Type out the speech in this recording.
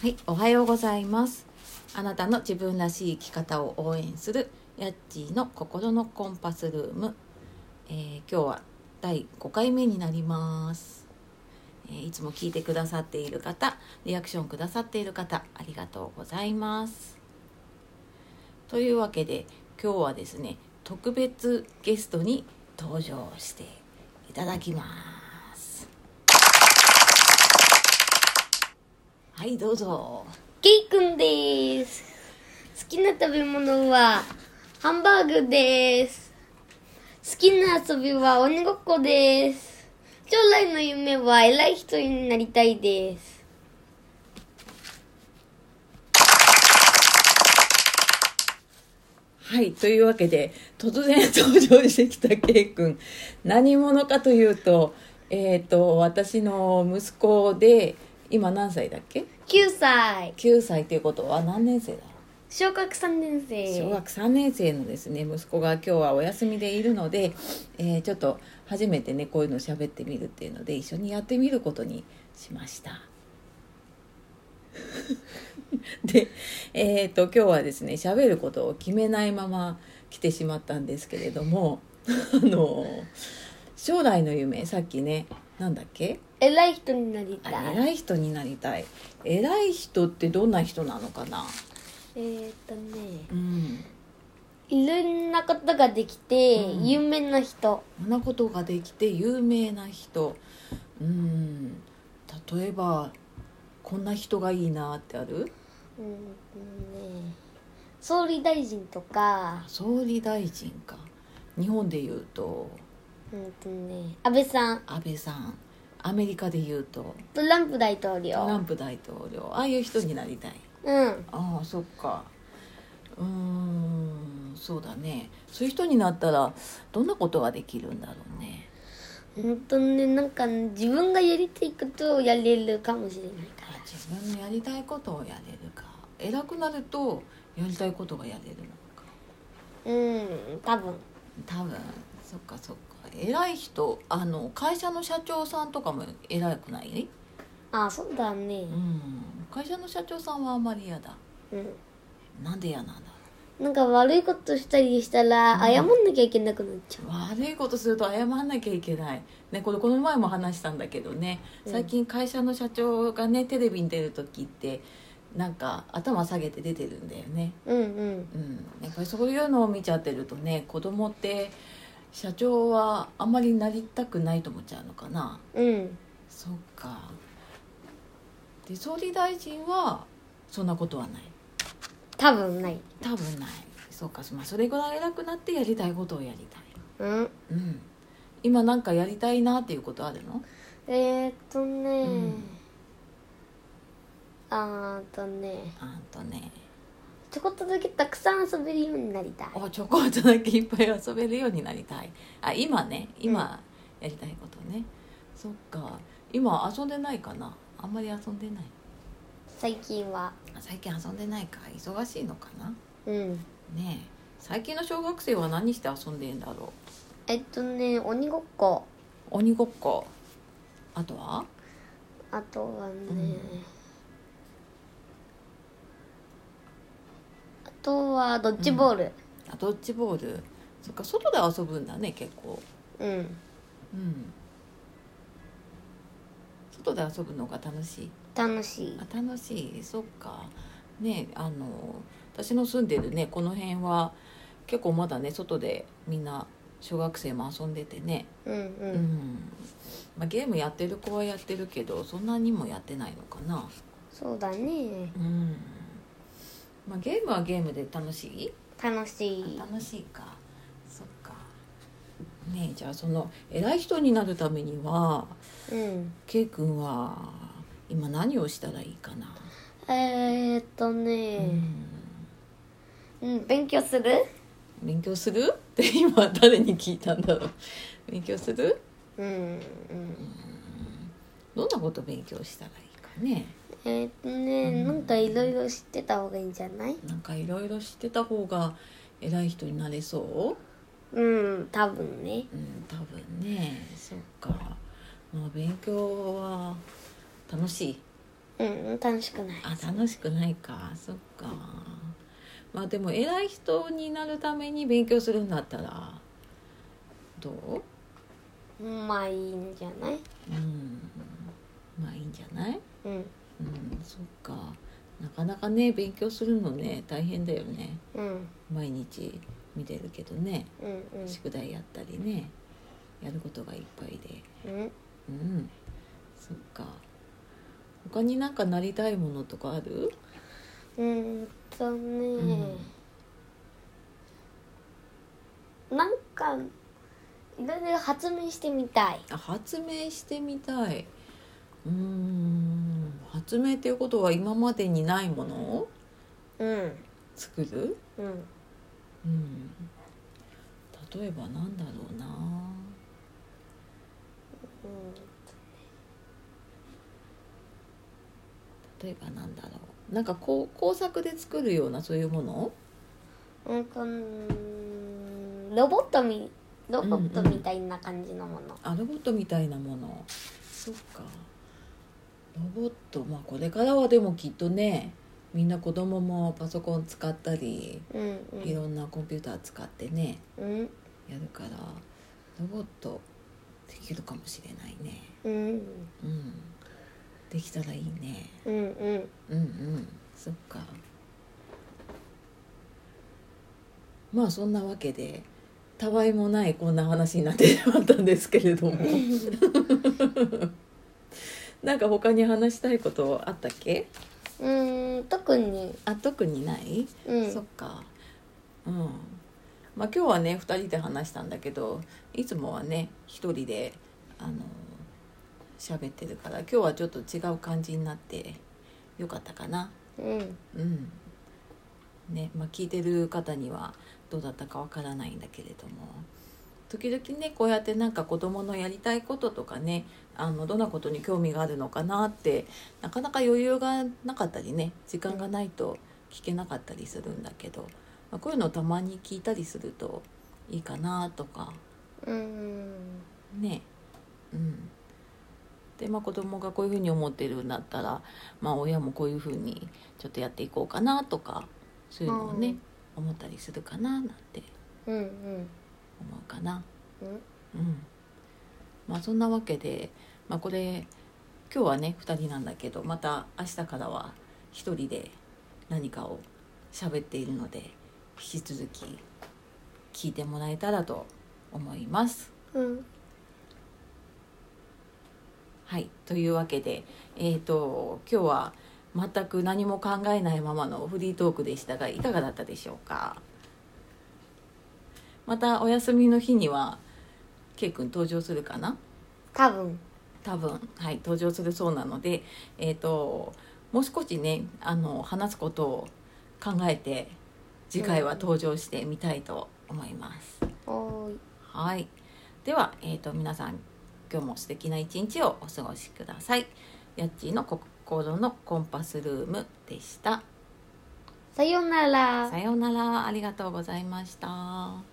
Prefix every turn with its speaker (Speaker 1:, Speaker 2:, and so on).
Speaker 1: はい、おはようございます。あなたの自分らしい生き方を応援するヤッチーの心のコンパスルーム。えー今日は第5回目になります、えーいつも聞いてくださっている方、リアクションくださっている方、ありがとうございます。というわけで、今日はですね、特別ゲストに登場していただきます。はい、どうぞ。
Speaker 2: ケイくんです。好きな食べ物はハンバーグです。好きな遊びは鬼ごっこです。将来の夢は偉い人になりたいです。
Speaker 1: はいというわけで突然登場してきた K 君何者かというと,、えー、と私の息子で今何歳だっけ
Speaker 2: 9歳、
Speaker 1: 9歳ということは何年生だろ
Speaker 2: 小学3年
Speaker 1: う
Speaker 2: 生。
Speaker 1: 小学3年生のですね息子が今日はお休みでいるので、えーちょっと初めてねこういうの喋ってみるっていうので一緒にやってみることにしました。 で、えー、と今日はですね喋ることを決めないまま来てしまったんですけれども あの将来の夢さっきねなんだっけ
Speaker 2: 偉い人になり
Speaker 1: あ
Speaker 2: たい。
Speaker 1: 偉い人になりたい偉い人ってどんな人なのかな、
Speaker 2: えー、っとね、
Speaker 1: うん、
Speaker 2: いろんなことができて、
Speaker 1: うん
Speaker 2: 有名な人。
Speaker 1: こんなことができて有名な人うん例えばこんな人がいいなってある
Speaker 2: うんとね、総理大臣とか、
Speaker 1: 総理大臣か日本で言うと
Speaker 2: うんとね、安倍さん、
Speaker 1: 安倍さんアメリカで言うと
Speaker 2: トランプ大統領。
Speaker 1: トランプ大統領ああいう人になりたい
Speaker 2: うん。
Speaker 1: ああそっかうーんそうだねそういう人になったらどんなことができるんだろうね
Speaker 2: 本当ね、なんか自分がやりたいことをやれるかもしれないか。
Speaker 1: あ自分のやりたいことをやれるか偉くなるとやりたいことがやれるのから
Speaker 2: うん、多分。
Speaker 1: 多分そっかそっか偉い人あの会社の社長さんとかも偉くない
Speaker 2: あ、そうだね
Speaker 1: う。ん会社の社長さんはあんまり嫌だ
Speaker 2: うん。
Speaker 1: なんで嫌なんだ
Speaker 2: なんか悪いことしたりしたら、謝んなきゃいけなくなっちゃう。
Speaker 1: 悪いことすると謝んなきゃいけない、ね、これこの前も話したんだけどね
Speaker 2: うん
Speaker 1: 最近会社の社長がねテレビに出る時ってなんか頭下げて出てるんだよね
Speaker 2: うんうん。
Speaker 1: うん、やっぱりそういうのを見ちゃってるとね子供って社長はあんまりなりたくないと思っちゃうのかな
Speaker 2: うん。
Speaker 1: そっかで総理大臣はそんなことはない
Speaker 2: 多分ない。
Speaker 1: 多分ないそうか、まあ、それぐらい偉くなってやりたいことをやりたい
Speaker 2: うん。
Speaker 1: うん今なんかやりたいなっていうことあるの
Speaker 2: えー、っとね。
Speaker 1: うん
Speaker 2: あーっとね。
Speaker 1: あんとね
Speaker 2: ちょこっとだけたくさん遊べるようになりたい。
Speaker 1: おちょこっとだけいっぱい遊べるようになりたいあ今ね今やりたいことね、そっか今遊んでないかなあんまり遊んでない
Speaker 2: 最近は。
Speaker 1: あ最近遊んでないか忙しいのかな
Speaker 2: うん。
Speaker 1: ねえ最近の小学生は何して遊んでんだろ
Speaker 2: えっとね、鬼ごっこ。
Speaker 1: う鬼ごっこあとは
Speaker 2: あとはね、
Speaker 1: ん
Speaker 2: あとはドッジボール
Speaker 1: あドッジボールそっか外で遊ぶんだね結構
Speaker 2: うん、
Speaker 1: うん外で遊ぶのが楽しい
Speaker 2: 楽しい
Speaker 1: あ楽しいそっかねあの私の住んでるねこの辺は結構まだね外でみんな小学生も遊んでてね、
Speaker 2: うんう、
Speaker 1: うんんまあ、ゲームやってる子はやってるけどそんなにもやってないのかな
Speaker 2: そうだね
Speaker 1: うん、まあ、ゲームはゲームで楽しい
Speaker 2: 楽しい
Speaker 1: 楽しいかそっかねえじゃあその偉い人になるためには
Speaker 2: うん
Speaker 1: ケイ君は今何をしたらいいかな、
Speaker 2: えー、っと
Speaker 1: う
Speaker 2: ね、
Speaker 1: ん
Speaker 2: うん勉強する
Speaker 1: 勉強するって今誰に聞いたんだろう勉強する
Speaker 2: うんうん
Speaker 1: どんなこと勉強したらいいかね
Speaker 2: えー、っとね、
Speaker 1: うん
Speaker 2: なんかいろいろ知ってた方がいいんじゃない
Speaker 1: なんかいろいろ知ってた方が偉い人になれそ
Speaker 2: うん多分ね
Speaker 1: ううん多分ねそっか、まあ、勉強は楽しい
Speaker 2: うん楽しくない
Speaker 1: あ楽しくないかそっかまあでも偉い人になるために勉強するんだったらどう
Speaker 2: まあいいんじゃない
Speaker 1: うんまあいいんじゃない
Speaker 2: うん
Speaker 1: うんそっかなかなかね勉強するのね大変だよね
Speaker 2: うん
Speaker 1: 毎日見てるけどね
Speaker 2: うんうん
Speaker 1: 宿題やったりねやることがいっぱいで
Speaker 2: うん
Speaker 1: うんそっか他になんかなりたいものとかある
Speaker 2: うんとね、なんかいろいろ発明してみたい
Speaker 1: あ発明してみたいうーん発明っていうことは今までにないものを
Speaker 2: うん
Speaker 1: 作る、
Speaker 2: うん
Speaker 1: うん、例えばなんだろうな例えばなんだろうなんかこう工作で作るようなそういうもの
Speaker 2: うんこんロボットみロボットみたいな感じのもの
Speaker 1: あロボットみたいなものそっかロボットまあこれからはでもきっとねみんな子供もパソコン使ったり
Speaker 2: うんう
Speaker 1: い
Speaker 2: ん
Speaker 1: ろんなコンピューター使ってね、
Speaker 2: うん
Speaker 1: やるからロボットできるかもしれないね
Speaker 2: うん
Speaker 1: うんできたらいいね
Speaker 2: うんう
Speaker 1: う
Speaker 2: ん
Speaker 1: んうんそっかまあそんなわけでたわいもないこんな話になってしまったんですけれ どもなんか他に話したいことあったっけ
Speaker 2: うん特に
Speaker 1: あ特にない、
Speaker 2: うん
Speaker 1: そっかうんまあ今日はね2人で話したんだけどいつもはね1人であの喋ってるから今日はちょっと違う感じになってよかったかな
Speaker 2: うん
Speaker 1: うんねまあ聞いてる方にはどうだったかわからないんだけれども時々ねこうやってなんか子供のやりたいこととかねあのどんなことに興味があるのかなってなかなか余裕がなかったりね時間がないと聞けなかったりするんだけど、まあ、こういうのをたまに聞いたりするといいかなとか
Speaker 2: うん
Speaker 1: ねうんでまあ子供がこういうふうに思ってるんだったら、まあ、親もこういうふうにちょっとやっていこうかなとかそういうのをね、思ったりするかななんて
Speaker 2: うんうん
Speaker 1: 思うかな
Speaker 2: うん
Speaker 1: うんまあそんなわけで、まあ、これ今日はね2人なんだけどまた明日からは1人で何かを喋っているので引き続き聞いてもらえたらと思います。
Speaker 2: うん
Speaker 1: はい、というわけで、えー、と今日は全く何も考えないままのフリートークでしたがいかがだったでしょうかまたお休みの日には K 君登場するかな
Speaker 2: 多分
Speaker 1: 多分、はい、登場するそうなので、えー、ともう少しねあの話すことを考えて次回は登場してみたいと思います。
Speaker 2: おーい
Speaker 1: はい。では、えっ、と、皆さん、今日も素敵な一日をお過ごしください。やっちーの心のコンパスルームでした。
Speaker 2: さようなら
Speaker 1: さようなら、ありがとうございました。